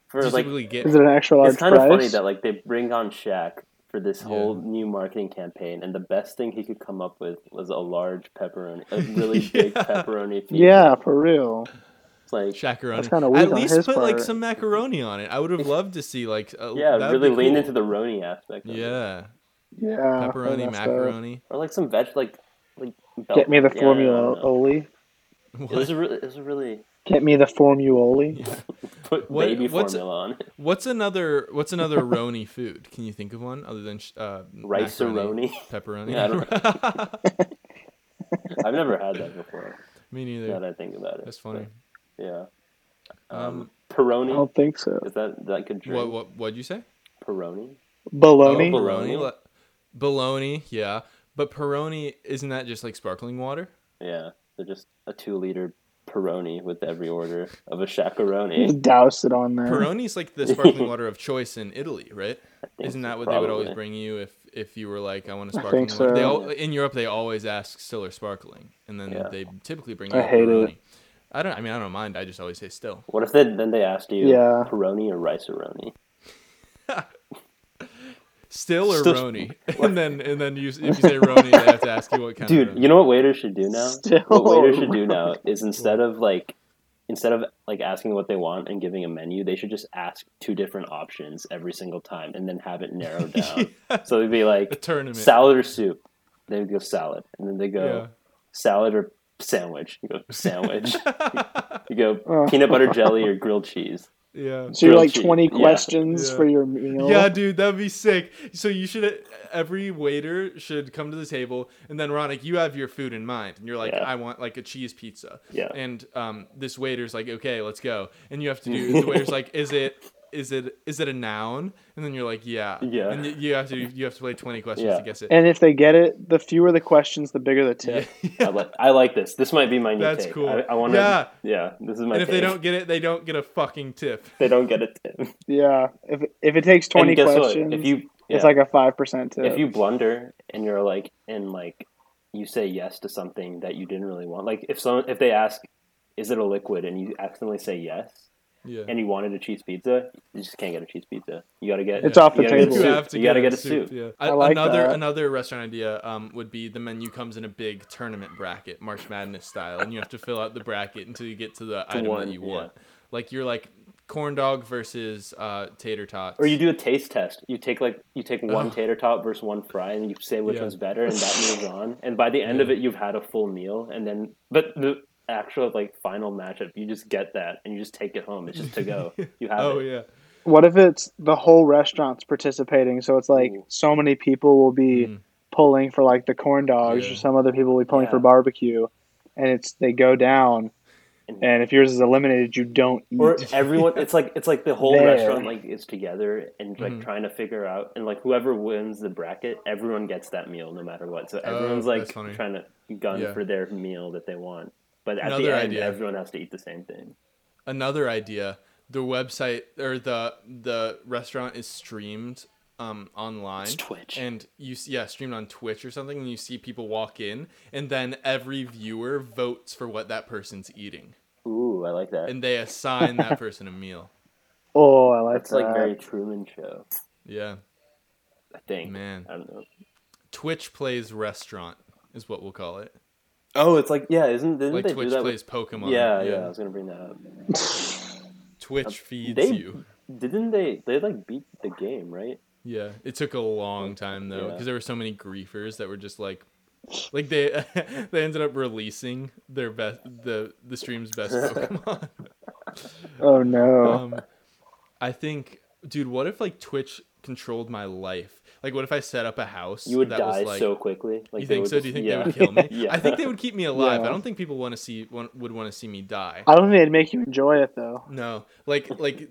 D: For
E: Do you
D: like,
E: typically get
C: Is it an extra large
D: it's kind of funny
C: price?
D: that like they bring on Shaq for this whole new marketing campaign, and the best thing he could come up with was a large pepperoni,
E: [LAUGHS]
D: a really big pepperoni pizza.
C: yeah, for real.
D: It's like
E: Shakaroni.
C: That's kinda
E: At
C: weak on
E: least
C: his
E: put like
C: part.
E: some macaroni on it. I would have loved to see like a,
D: yeah,
E: that would
D: really
E: be
D: lean
E: cool.
D: into the roni aspect. Of it.
E: Yeah,
C: Yeah, I
E: pepperoni,
C: messed up.
E: macaroni.
D: or like some veg, like like
C: Get me the
D: yeah, I don't
C: formula
E: [LAUGHS]
D: know.
C: oli.
D: It was a really, it was a really
C: Get me the formuloli.
D: put
E: What-
D: baby
E: what's-
D: formula on it. [LAUGHS]
E: What's another What's another roni food? Can you think of one other than sh- uh,
D: Rice
E: macaroni,
D: roni?
E: pepperoni?
D: [LAUGHS] Yeah, I I've never had that before.
E: [LAUGHS] Me
D: Now
E: neither.
D: that I think about it,
E: That's funny.
D: But, yeah,
E: Um,
C: I
D: Peroni
C: don't think so.
D: is that that good drink?
E: what What What'd you say?
D: Peroni.
C: Bologna.
D: Oh,
E: Bologna.
D: Bologna?
E: le- Bologna. Yeah, but Peroni isn't that just like sparkling water?
D: Yeah, so just a two liter Peroni with every order of a shakaroni.
C: Just douse it on there.
E: Peroni's like the
C: [LAUGHS]
E: sparkling water of choice in Italy, right? Isn't that what they would always
D: probably.
E: bring you if if you were like, I want a
C: I
E: sparkling
C: think
E: water? They
C: so.
E: all, in Europe they always ask still or sparkling, and then
D: Yeah.
E: they typically bring you.
C: I
E: a
C: hate it.
E: Peroni. I don't. I mean, I don't mind. I just always say still.
D: What if they, then they asked you
C: Yeah.
D: Peroni or Rice-A-Roni?
E: Still or
D: Still-
C: [LAUGHS]
E: Roni, and then and then you if you say Roni, they have to ask you what kind. of
D: Dude,
E: Roni.
D: you know what waiters should do now?
C: Still
D: what waiters should do
C: [LAUGHS]
D: now is instead of like instead of like asking what they want and giving a menu, they should just ask two different options every single time and then have it
E: [LAUGHS]
D: narrowed down. So it'd be
E: A
D: like
E: tournament.
D: salad or soup. They would go salad, and then they go
E: Yeah.
D: salad or sandwich.
E: [LAUGHS]
D: You go sandwich. you go
C: [LAUGHS] Oh.
D: peanut butter jelly or grilled cheese.
E: Yeah.
C: So you're
D: grilled
C: like
D: cheese.
C: 20
D: Yeah.
C: questions
E: Yeah.
C: for your meal.
E: Yeah, dude, that'd be sick. So you should every waiter should come to the table and then Ronick, you have your food in mind and you're like,
D: Yeah.
E: I want like a cheese pizza.
D: Yeah.
E: And um this waiter's like, Okay, let's go. And you have
D: [LAUGHS]
E: to do the waiter's like, Is it is it is it a noun? And then you're like, Yeah.
D: Yeah.
E: And you, you have to you have to play twenty questions
D: Yeah.
E: to guess [LAUGHS] it.
C: And if they get it, the fewer the questions, the bigger the tip.
E: [LAUGHS]
D: I like I like this. This might be my new
E: That's
D: take.
E: cool.
D: I, I want to.
E: Yeah.
D: Yeah. this is my.
E: and if they
D: take.
E: don't get it, they don't get a fucking tip.
D: they don't get it.
C: [LAUGHS]
D: Tim.
C: Yeah. If, if it takes 20
D: And guess
C: questions,
D: what? If you,
C: it's
D: yeah.
C: like a 5% tip.
D: if you blunder and you're like and like you say yes to something that you didn't really want, like if someone if they ask, is it a liquid, and you accidentally say yes,
E: Yeah.
D: and you wanted a cheese pizza, you just can't get a cheese pizza. You gotta get
C: It's off the
D: you gotta get a
C: table.
E: You
D: soup.
E: have to
D: You gotta
E: get,
D: get a soup.
E: Yeah.
C: I like
E: another
C: that.
E: another restaurant idea um, would be the menu comes in a big tournament bracket, March Madness style, and you have to fill out the bracket until you get to the item
D: one,
E: that you
D: yeah.
E: want. Like you're like corn dog versus uh, tater tots.
D: Or you do a taste test. You take like you take one tater tot versus one fry, and you say which
E: Yeah.
D: one's better, and that
E: [LAUGHS]
D: moves on. And by the end of it, you've had a full meal, and then but the actual like final matchup, you just get that, and you just take it home. It's just to go. You have
E: [LAUGHS] Oh
D: it.
E: yeah.
C: What if it's the whole restaurant's participating? So it's like
D: Ooh.
C: so many people will be pulling for like the corn dogs,
E: Hmm. Yeah.
C: or some other people will be pulling
D: Yeah.
C: for barbecue, and it's they go down, and if yours is eliminated, you don't eat.
D: or everyone it's like it's like the whole
C: There.
D: restaurant like is together and
E: Mm-hmm.
D: like trying to figure out and like whoever wins the bracket everyone gets that meal no matter what so everyone's like
E: Oh, that's funny.
D: trying to gun
E: Yeah.
D: for their meal that they want but at
E: Another
D: the end
E: idea.
D: everyone has to eat the same thing
E: another idea the website or the the restaurant is streamed um online
D: It's Twitch.
E: and you s- yeah streamed on twitch or something and you see people walk in and then every viewer votes for what that person's eating
D: ooh i like that
E: and they assign that person a meal
C: oh, I like
D: it's
C: that.
D: like very truman show
E: yeah
D: i think
E: Man.
D: i don't know
E: twitch plays restaurant is what we'll call it
D: oh it's like yeah isn't didn't
E: like
D: they
E: twitch
D: do that
E: plays
D: with,
E: pokemon
D: yeah, yeah i was gonna bring that up
E: twitch feeds
D: they-
E: you
D: didn't they they like beat the game right
E: Yeah, it took a long time though
D: Yeah.
E: because there were so many griefers that were just like, like they [LAUGHS] they ended up releasing their best the the stream's
D: [LAUGHS]
E: best Pokemon.
C: oh no.
E: um, I think, dude, what if like Twitch controlled my life? Like, what if I set up a house
D: you would
E: that
D: die
E: was like?
D: so quickly like
E: you
D: they
E: think
D: would
E: so?
D: just-
E: Do you think
D: yeah.
E: they would kill me?
D: [LAUGHS] yeah
E: I think they would keep me alive. I
C: Yeah.
E: don't think people want to see want, would want to see me die.
C: I don't think they'd make you enjoy it though.
E: No, like like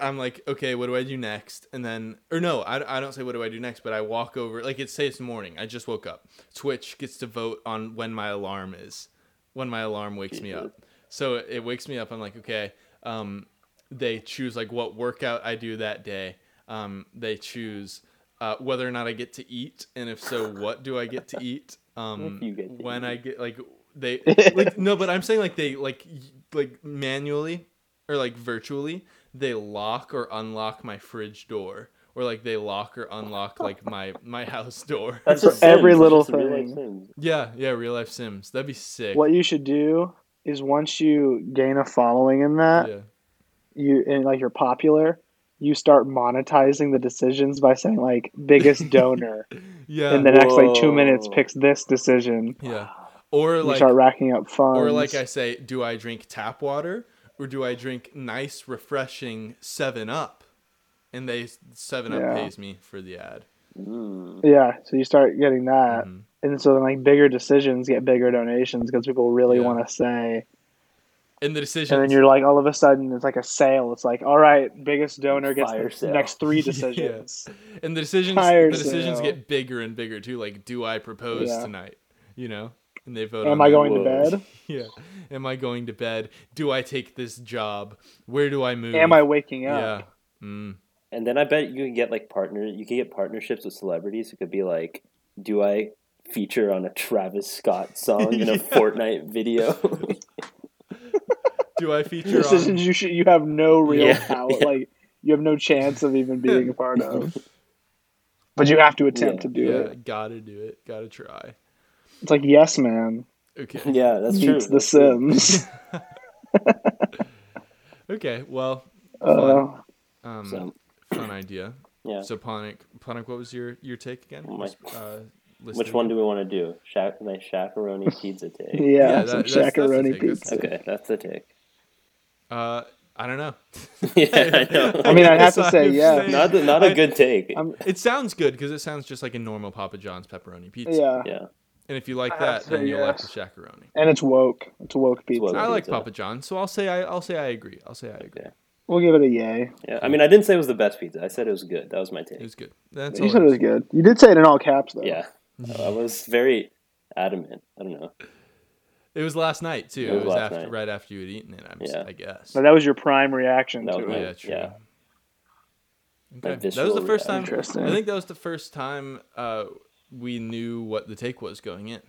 E: I'm like okay, what do I do next? And then or no, I, I don't say what do I do next, but I walk over like it's say it's morning. I just woke up. Twitch gets to vote on when my alarm is, when my alarm wakes me up. So it wakes me up. I'm like okay. Um, they choose like what workout I do that day. Um, they choose uh, whether or not I get to eat, and if so, what do I get
D: [LAUGHS]
E: to eat? Um,
D: If you get to
E: when I get like they like no, but I'm saying like they like y- like manually or like virtually they lock or unlock my fridge door or like they lock or unlock like my my [LAUGHS] house door.
D: That's
C: For
D: just Sims.
C: every little
D: That's just real-life
C: thing.
D: Sims.
E: yeah, yeah, real life Sims. That'd be sick.
C: What you should do is once you gain a following in that,
E: Yeah.
C: you and like you're popular, you start monetizing the decisions by saying like
E: [LAUGHS]
C: biggest donor,
E: Yeah.
C: and the next like two minutes
D: Whoa.
C: picks this decision.
E: yeah. Or
C: You
E: like
C: start racking up funds.
E: or like I say, do I drink tap water or do I drink nice refreshing 7 Up? And they 7 Up
C: Yeah.
E: pays me for the ad.
D: Mm.
C: yeah, so you start getting that,
E: Mm-hmm.
C: and so then like bigger decisions get bigger donations because people really
E: Yeah.
C: want to say.
E: And the decision
C: And then you're like, all of a sudden, it's like a sale. It's like, all right, biggest donor gets
D: Fire
C: the
D: sale.
C: next
E: [LAUGHS]
C: three decisions.
E: and the decisions
C: Fire
E: the decisions
C: sale.
E: get bigger and bigger too like do i propose
C: Yeah.
E: tonight you know and they vote
C: Am
E: on
C: I
E: that.
C: going to
D: Whoa.
C: bed?
E: [LAUGHS] yeah am i going to bed do i take this job where do i move
C: Am I waking up? [LAUGHS]
E: yeah mm.
D: And then I bet you can get like partner. You can get partnerships with celebrities. It could be like, do I feature on a Travis Scott song [LAUGHS] in a Fortnite [LAUGHS] video?
E: do i feature
C: This
E: on
C: isn't you. Should, you have no real
D: Yeah,
C: power.
E: [LAUGHS]
D: yeah.
C: Like you have no chance of even being a part of. But you have to attempt to
D: Yeah,
C: do
E: yeah
C: it.
E: gotta do it gotta try
C: It's like Yes Man
D: [LAUGHS]
E: okay
D: yeah, that's true.
C: beats The
E: [LAUGHS]
C: Sims.
E: okay well
C: Uh,
E: um
D: So,
E: fun idea
D: yeah.
E: so ponic ponic what was your your take again
D: Oh my-
E: uh,
D: Which one do we want to do? Shack, my shakaroni pizza take.
C: yeah,
E: yeah,
C: some
E: that- that's- that's the
C: shakaroni
E: take, that's
C: pizza.
E: the
D: Okay, that's the take. [LAUGHS]
E: uh i don't know
D: yeah, I know.
C: I mean, I'd have to
E: Yes,
C: say
E: I'm
C: yeah.
D: [LAUGHS]
E: saying-
D: Not the, not a
E: I-
D: good take.
C: I'm-
E: It sounds good because it sounds just like a normal Papa John's pepperoni pizza.
C: yeah,
D: yeah,
E: And if you like
C: I have
E: that,
C: to
E: then
C: say
E: you'll
C: yes.
E: like the shakaroni.
C: and it's woke. It's woke pizza.
D: woke.
E: I like
D: Pizza.
E: Papa John's, so I'll say I, I'll say I agree. I'll say I agree.
D: Okay.
C: We'll give it a yay.
D: yeah. I mean, I didn't say it was the best pizza. I said it was good. That was my
E: It
D: take.
E: was good. That's
C: You
E: all.
C: said it
E: it
C: was
E: is.
C: good. You did say it in all caps though.
D: Yeah, I was very adamant. I don't know.
E: It was last night too.
D: It was
E: It was
D: last
E: after,
D: night.
E: right after you had eaten it. I'm, s-
D: Yeah.
E: I guess.
C: But that was your prime reaction
D: That
C: to
D: was
C: it.
D: my-
E: Yeah, true.
D: yeah.
E: Okay. That was
D: visceral
E: the first time.
C: reaction.
E: I think that was the first time uh, we knew what the take was going in.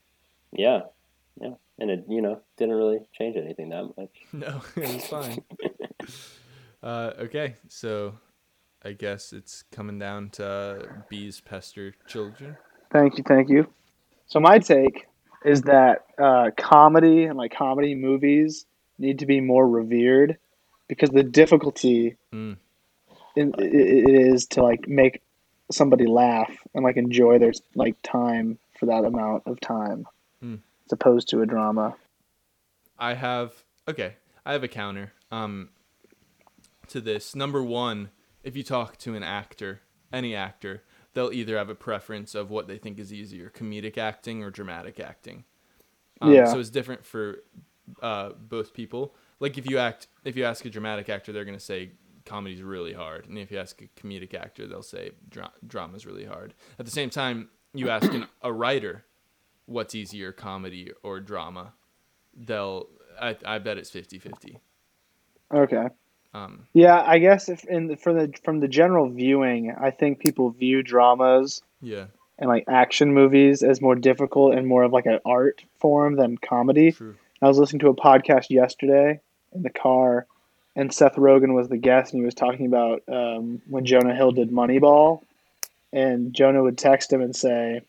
E: [LAUGHS]
D: Yeah, yeah, and it you know didn't really change anything that much.
E: No, it was
D: [LAUGHS]
E: fine. uh, okay, so I guess it's coming down to bees pester children.
C: Thank you, thank you. So my take is that uh, comedy and like comedy movies need to be more revered because the difficulty
E: Mm.
C: in, i- i- it is to like make somebody laugh and like enjoy their like time for that amount of time
E: Mm.
C: as opposed to a drama.
E: I have okay. I have a counter um to this. Number one, if you talk to an actor, any actor, they'll either have a preference of what they think is easier, comedic acting or dramatic acting. Um,
C: Yeah.
E: So it's different for uh, both people. Like if you act, if you ask a dramatic actor, they're gonna say comedy's really hard, and if you ask a comedic actor, they'll say dra- drama's really hard. At the same time, you ask an, a writer, what's easier, comedy or drama? They'll, I, I bet it's 50-50.
C: Okay.
E: Um,
C: Yeah, I guess if in the, for the from the general viewing, I think people view dramas
E: yeah,
C: and like action movies as more difficult and more of like an art form than comedy.
E: true.
C: I was listening to a podcast yesterday in the car, and Seth Rogen was the guest, and he was talking about um, when Jonah Hill did Moneyball, and Jonah would text him and say,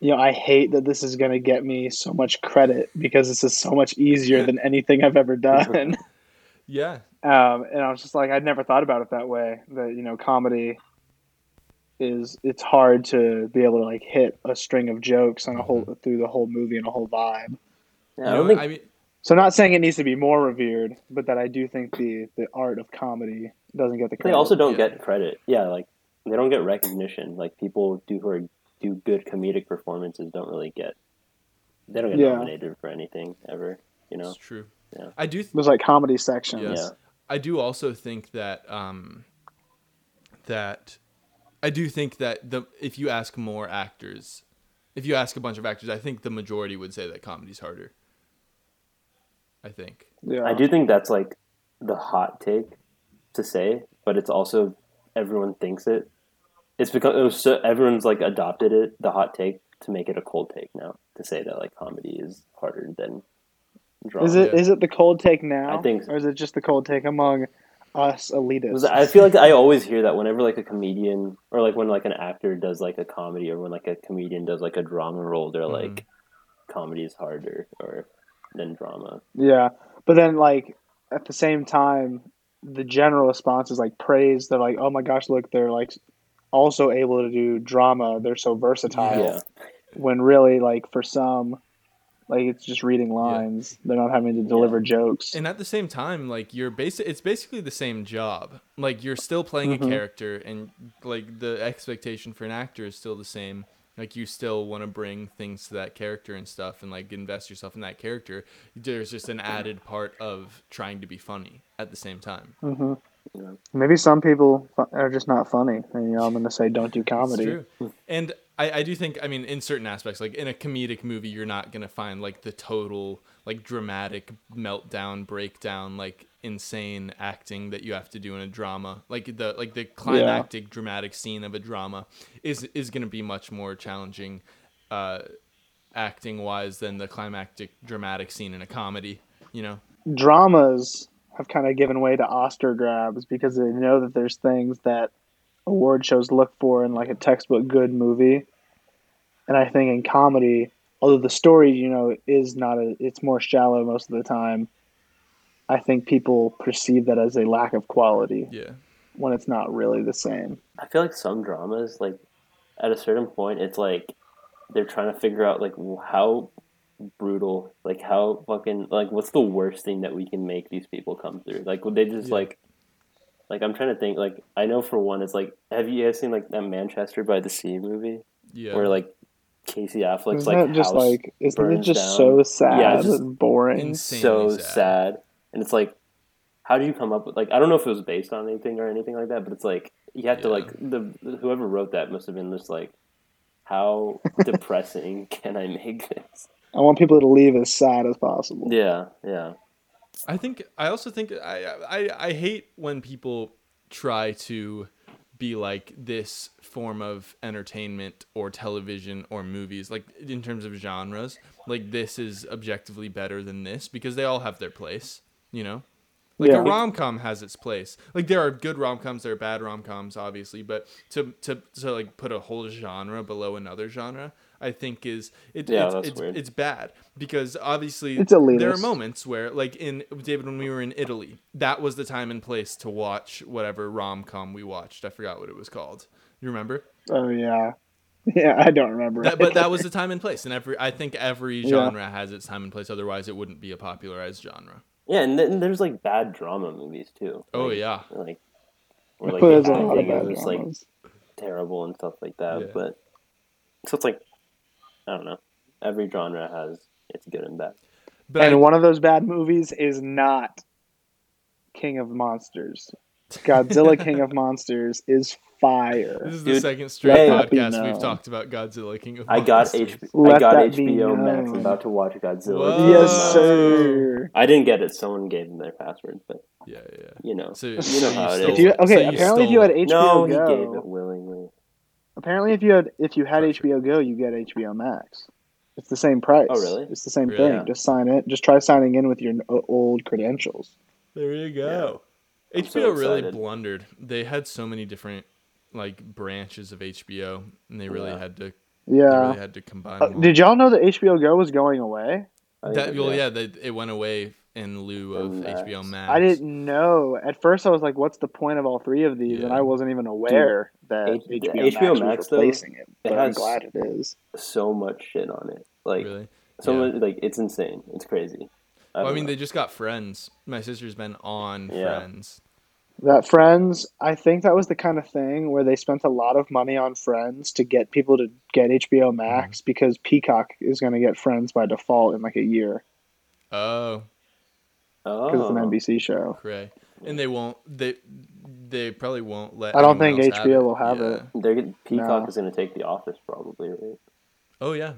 C: "You know, I hate that this is going to get me so much credit because this is so much easier than anything I've ever done."
E: Yeah,
C: um, and I was just like, I'd never thought about it that way. That you know, comedy is it's hard to be able to like hit a string of jokes on a
E: Mm-hmm.
C: whole through the whole movie and a whole vibe.
D: Yeah, I
E: You know,
D: don't think
E: I mean,
C: So, not saying it needs to be more revered, but that I do think the the art of comedy doesn't get the
D: they
C: credit.
D: also don't
E: Yeah.
D: get credit. Yeah, like they don't get recognition. Like people do who are, do good comedic performances don't really get. They don't get
C: Yeah.
D: nominated for anything ever. You know.
E: it's true.
D: Yeah.
E: I do. Th-
C: There's like comedy sections.
E: Yes. I do also think that um, that I do think that the if you ask more actors, if you ask a bunch of actors, I think the majority would say that comedy's harder. I think.
C: Yeah.
D: I do think that's like the hot take to say, but it's also everyone thinks it. It's because it was so, everyone's like adopted it, the hot take, to make it a cold take now to say that like comedy is harder than drama.
C: Is it is
E: Yeah.
C: it the cold take now?
D: I think so.
C: Or is it just the cold take among us elitists?
D: 'Cause I feel like I always hear that whenever like a comedian or like when like an actor does like a comedy or when like a comedian does like a drama role, they're like comedy is harder or than drama.
C: Yeah, but then like at the same time, the general response is like praise. They're like, "Oh my gosh, look, they're like also able to do drama. They're so versatile."
D: Yeah.
C: When really, like for some, like it's just reading lines. They're not having to deliver jokes.
E: And at the same time, like you're basic, it's basically the same job. Like you're still playing a character, and like the expectation for an actor is still the same. Like you still want to bring things to that character and stuff, and like invest yourself in that character. There's just an added part of trying to be funny at the same time.
C: Maybe some people fu- are just not funny, and you know, I'm gonna say don't do
E: It's
C: comedy.
E: true. And I, I do think, I mean, in certain aspects, like in a comedic movie, you're not going to find like the total, like dramatic meltdown, breakdown, like insane acting that you have to do in a drama. Like the, like the climactic dramatic scene of a drama is, is going to be much more challenging, uh, acting wise than the climactic dramatic scene in a comedy, you know?
C: Dramas have kind of given way to Oscar grabs because they know that there's things that award shows look for in like a textbook good movie. And I think in comedy, although the story, you know, is not a, it's more shallow most of the time. I think people perceive that as a lack of quality
E: Yeah.
C: when it's not really the same.
D: I feel like some dramas, like at a certain point, it's like they're trying to figure out like w- how brutal, like how fucking, like what's the worst thing that we can make these people come through? Like would they just
E: Yeah.
D: like, like I'm trying to think. Like I know for one, it's like, have you guys seen like that Manchester by the Sea movie
E: Yeah.
D: where like Casey Affleck's
C: Isn't
D: like
C: that just
D: house
C: like isn't it
D: burns
C: just
D: down?
C: so sad
D: Yeah, it's just
C: and boring?
E: Insanely
D: so sad.
E: sad.
D: and it's like how do you come up with like i don't know if it was based on anything or anything like that but it's like you have to
E: Yeah.
D: like the whoever wrote that must have been just like
E: [LAUGHS]
D: how depressing can i make this
C: I want people to leave as sad as possible.
D: yeah yeah
E: I think I also think I I I hate when people try to be like this form of entertainment or television or movies like in terms of genres like this is objectively better than this because they all have their place you know like
C: Yeah.
E: a rom-com has its place like there are good rom-coms there are bad rom-coms obviously but to to to like put a whole genre below another genre i think is it,
D: Yeah,
E: it's,
D: that's
E: it's,
D: weird.
E: it's bad because obviously
C: It's elitist.
E: there are moments where like in david when we were in italy that was the time and place to watch whatever rom-com we watched i forgot what it was called you remember
C: Oh yeah. [LAUGHS] Yeah, I don't remember.
E: that,
C: it.
E: but that was the time and place and every i think
D: [LAUGHS]
E: every genre has its time and place otherwise it wouldn't be a popularized genre
D: yeah and then there's like bad drama movies too
E: oh
D: Like-
E: yeah
D: like or like
C: There's
D: the
C: a lot of
D: acting
C: bad
D: is just like
C: dramas.
D: terrible and stuff like that
E: Yeah.
D: but so it's like i don't know every genre has it's good and bad
E: But I-
C: and one of those bad movies is not King of Monsters.
E: [LAUGHS]
C: Godzilla King of Monsters is
E: this
C: fire.
E: is the
D: Dude,
E: second straight
D: let that
C: be
E: podcast we've
C: known.
E: talked about Godzilla King of
D: I got
E: Monsters.
D: H- I
C: Let
D: got
C: that be
D: HBO Max.
C: known.
D: I'm about to watch Godzilla.
E: Whoa.
D: King of
C: Yes,
E: Oh.
D: Monsters.
C: sir.
D: I didn't get it. Someone gave them their password, but
E: Yeah, yeah.
D: you know.
E: So,
D: You know
E: so
D: how it
E: stole
D: is.
C: If you
E: it. So
C: okay, apparently if you
E: stole
C: had HBO
E: it.
C: Go,
D: no, he gave it willingly.
C: apparently if you had if you had
E: Gotcha.
C: HBO Go, you get HBO Max. It's the same price.
D: Oh, really?
C: It's the same
E: Really?
C: thing. Just sign it. Just try signing in with your n- uh, old credentials.
E: There you go.
D: I'm
E: HBO
D: so
E: really
D: excited.
E: blundered. They had so many different like branches of HBO, and they really
D: Yeah.
E: had to they
C: Yeah.
E: really had to combine.
C: Uh,
E: them all.
C: did y'all know that HBO Go was going away?
D: I
E: that,
D: think
E: well,
D: I-
E: yeah, they, it went away in lieu of
D: And Max.
E: HBO Max.
C: I didn't know. At first, I was like, "What's the point of all three of these?" And
E: Yeah.
C: I wasn't even aware that
D: H-
C: HBO,
D: HBO
C: Max,
D: Max,
C: was
D: though,
C: replacing it. But I'm
D: has-
C: glad it is.
D: So much shit on it. Like
E: really.
D: so
E: Yeah.
D: much. Like it's insane. It's crazy. I,
E: Well, I
D: don't
E: mean,
D: know.
E: they just got Friends. My sister's been on
D: Yeah.
E: Friends.
C: That Friends, I think that was the kind of thing where they spent a lot of money on Friends to get people to get
D: Mm-hmm.
C: HBO Max because Peacock is going to get Friends by default in like a year
E: Oh,
C: because
D: oh.
C: it's an NBC show.
E: cray. And they won't. They they probably won't let.
C: I don't
E: anyone
C: think
E: else have
C: HBO
E: it.
C: will have it.
E: Yeah.
D: They're gonna- Peacock
C: No.
D: is going to take The Office probably, right?
E: Oh yeah,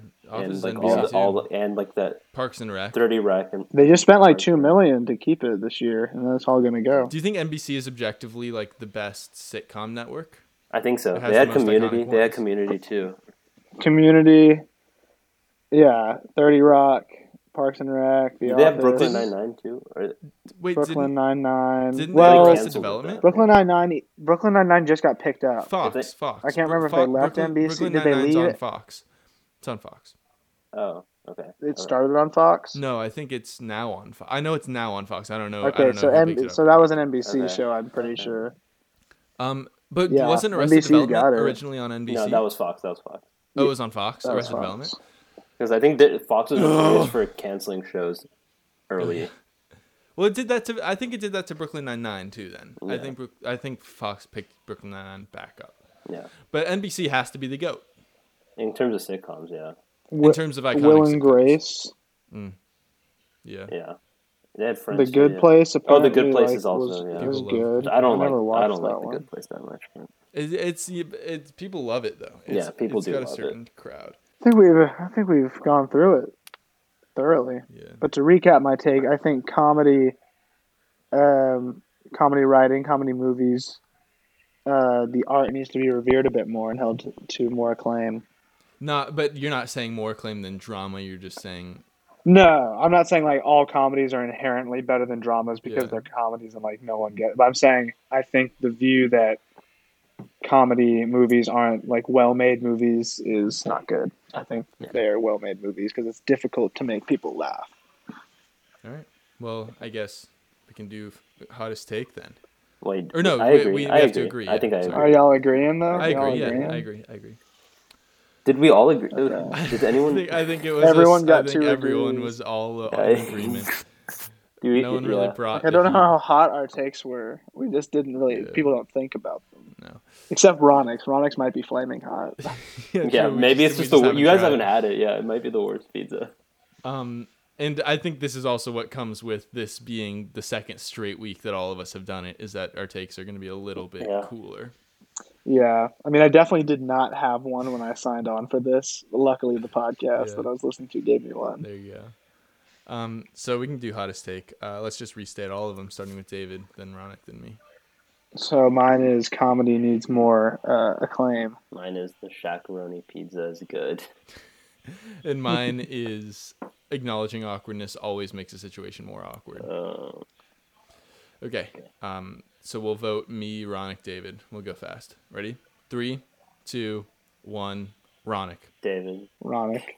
D: and
E: Office
D: like
E: NBC
D: all, the,
E: too.
D: all the, and like that
E: Parks and Rec.
D: Thirty Rack and
C: They just spent like two million to keep it this year, and that's all going to go.
E: Do you think NBC is objectively like the best sitcom network?
D: I think so.
E: It has
D: They had
E: the most
D: Community.
E: iconic
D: They had
E: ones.
D: Community too.
C: Community, yeah, Thirty Rock, Parks and Rec, The
D: Did
C: Office.
D: they have Brooklyn Nine Nine too? Or
E: Wait,
C: Brooklyn
E: didn't,
C: Nine Nine.
E: didn't
C: Well,
E: they
D: like,
E: Arrested
D: cancel
E: Development?
C: Brooklyn Nine Nine. Brooklyn Nine Nine just got picked up.
E: Fox,
D: Did they-
E: Fox.
C: I can't
E: Bro-
C: remember if
E: Fo-
C: they left
E: Brooklyn,
C: NBC.
E: Brooklyn
C: Did they
E: Nine-Nine's
C: leave
E: on
C: it?
E: Fox. It's on Fox.
D: oh, okay.
C: It started on Fox.
E: No, I think it's now on. Fo- I know it's now on Fox. I don't know. I
C: Okay,
E: don't know
C: so
E: who picked
C: N-
E: it
C: so
E: up.
C: that was an NBC
D: Okay.
C: show. I'm pretty sure.
E: um, but
C: Yeah,
E: wasn't Arrested
C: NBC 's got
E: Development
C: it.
E: originally on NBC?
D: No, that was Fox. That was Fox.
E: oh, it was on Fox.
C: That was
E: Arrested
C: Fox.
E: Development.
D: Because I think that Fox was
E: Ugh.
D: notorious for canceling shows early.
E: Well, it did that to. I think it did that to Brooklyn Nine Nine too. Then I
D: Yeah.
E: think Brook- I think Fox picked Brooklyn Nine Nine back up.
D: Yeah.
E: But NBC has to be the goat
D: In terms of sitcoms, yeah,
E: in
C: Wi-
E: terms of iconic.
C: Will and
E: sitcoms.
C: Grace,
E: Yeah.
D: yeah. They had Friends.
C: The
D: too,
C: Good
D: yeah.
C: Place.
D: Oh, The Good
C: apparently,
D: Place
C: like,
D: is also
C: was,
D: yeah.
C: was
E: People love
C: good.
D: I don't
C: I never
D: like. I
C: watched
D: don't
C: that
D: like
C: one.
D: The Good Place that much. but-
E: It, it's it's people love it though. It's,
D: Yeah, people
E: it's
D: do
E: got a
D: love it.
E: certain crowd.
C: I think we've I think we've gone through it thoroughly.
E: Yeah.
C: But to recap my take, I think comedy, um, comedy writing, comedy movies, uh, the art needs to be revered a bit more and held to, to more acclaim.
E: Not, but you're not saying more acclaim than drama. You're just saying
C: No, I'm not saying like all comedies are inherently better than dramas because
E: Yeah.
C: they're comedies and like no one gets. But I'm saying I think the view that comedy movies aren't like well-made movies is not good. I think they are well-made movies because it's difficult to make people laugh.
E: All right. Well, I guess we can do f- hottest take then.
D: Wait,
E: Or no,
D: I
E: we-
D: agree.
E: we- we
D: I
E: have to
D: agree.
E: agree, yeah.
D: I think I
E: Sorry.
D: agree.
C: Are y'all agreeing though?
E: I
C: Y'all
E: agree. Yeah,
C: agreeing?
E: I agree. I agree.
D: Did we all agree? Did
E: [LAUGHS] I
D: anyone?
E: think, I think it was
C: Everyone
E: us-
C: got
E: I think
C: two
E: everyone
C: agrees.
E: was all uh,
D: I-
E: in agreement.
D: do we-
E: No one really
D: yeah.
E: brought.
C: I don't know
E: the [LAUGHS]
C: how hot our takes were. We just didn't really. People don't think about them.
E: No.
C: Except Ronix. Ronix might be flaming
E: [LAUGHS]
C: hot.
E: heat.
D: Yeah,
E: true, we
D: maybe it's
E: we
D: just the you guys
E: tried.
D: haven't had it. Yeah, it might be the worst pizza.
E: Um, and I think this is also what comes with this being the second straight week that all of us have done it. Is that our takes are going to be a little bit
D: Yeah.
E: cooler.
C: yeah. I mean, I definitely did not have one when I signed on for this. Luckily, the podcast
E: Yeah.
C: that I was listening to gave me one.
E: There you go. Um, so we can do hottest take. Uh, let's just restate all of them, starting with David, then Ronick, then me.
C: So mine is comedy needs more uh, acclaim.
D: Mine is the shakaroni pizza is good. [LAUGHS]
E: And mine is acknowledging awkwardness always makes a situation more awkward.
D: Uh,
E: Oh. Okay. Um, so we'll vote me, Ronick, David. We'll go fast. Ready? Three, two, one. Ronick.
D: David,
C: Ronick.
E: [LAUGHS]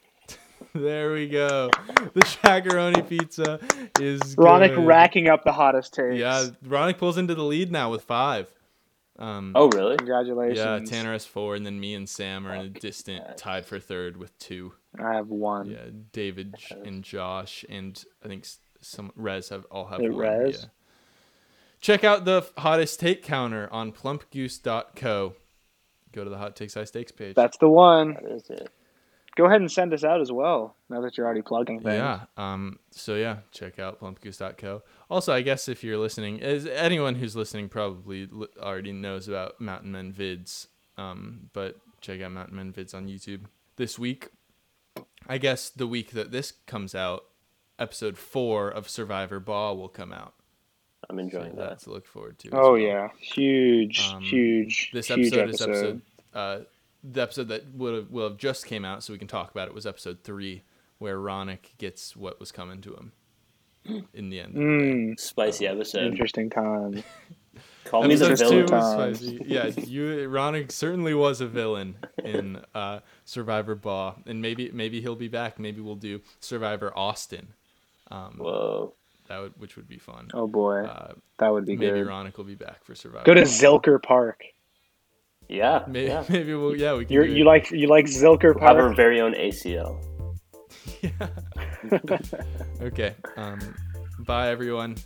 E: There we go. The chacaroni pizza is
C: Ronick
E: good.
C: racking up the hottest takes.
E: Yeah, Ronick pulls into the lead now with five. Um,
D: Oh, really?
C: Congratulations.
E: yeah, Tanner has four, and then me and Sam are in a distant tied for third with two.
C: I have one. Uh,
E: Yeah, David J- and Josh and I think s- some Rez have all have
C: Hey,
E: one.
C: Rez?
E: Yeah. Check out the f- hottest take counter on plumpgoose.co. Go to the hot takes high stakes page.
C: That's the one.
D: That is it.
C: Go ahead and send us out as well. Now that you're already plugging things.
E: Yeah. Um, so yeah, check out plumpgoose.co. Also, I guess if you're listening, as anyone who's listening probably li- already knows about Mountain Men Vids. Um, but check out Mountain Men Vids on YouTube this week. I guess the week that this comes out, episode four of Survivor Ball will come out.
D: I'm
E: So
D: enjoying that.
E: that's to look forward to. as
C: Oh
E: well.
C: yeah, huge,
E: Um,
C: huge,
E: This
C: huge
E: episode is
C: episode.
E: episode. Uh, the episode that would have, will have just came out, so we can talk about it. Was episode three, where Ronick gets what was coming to him. In the end,
C: Mm,
D: Spicy episode.
C: interesting time.
D: Call me the
E: Uh, Episode two
D: villain.
E: was
C: Time.
E: spicy. Yeah, you Ronick certainly was a villain in uh, Survivor Baugh, and maybe maybe he'll be back. Maybe we'll do Survivor Austin.
D: Whoa.
E: That would which would be fun. [LAUGHS]
C: Oh boy,
E: Uh,
C: that would be
E: maybe
C: good.
E: Ronick will be back for Survivor.
C: Go to Zilker Park.
D: Yeah.
E: Maybe, [LAUGHS]
D: yeah.
E: maybe we'll yeah we can.
C: You
E: do
C: you
E: it.
C: like you like Zilker
D: We'll have our
C: Park?
D: very own ACL.
E: Okay. Um, bye, everyone.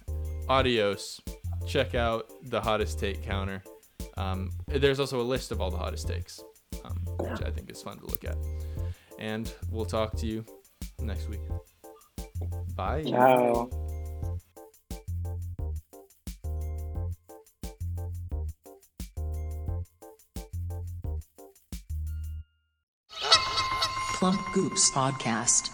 E: Adios. Check out the hottest take counter. Um, there's also a list of all the hottest takes, um, which I think is fun to look at. And we'll talk to you next week. Bye.
C: Ciao.
A: Plump Goops Podcast.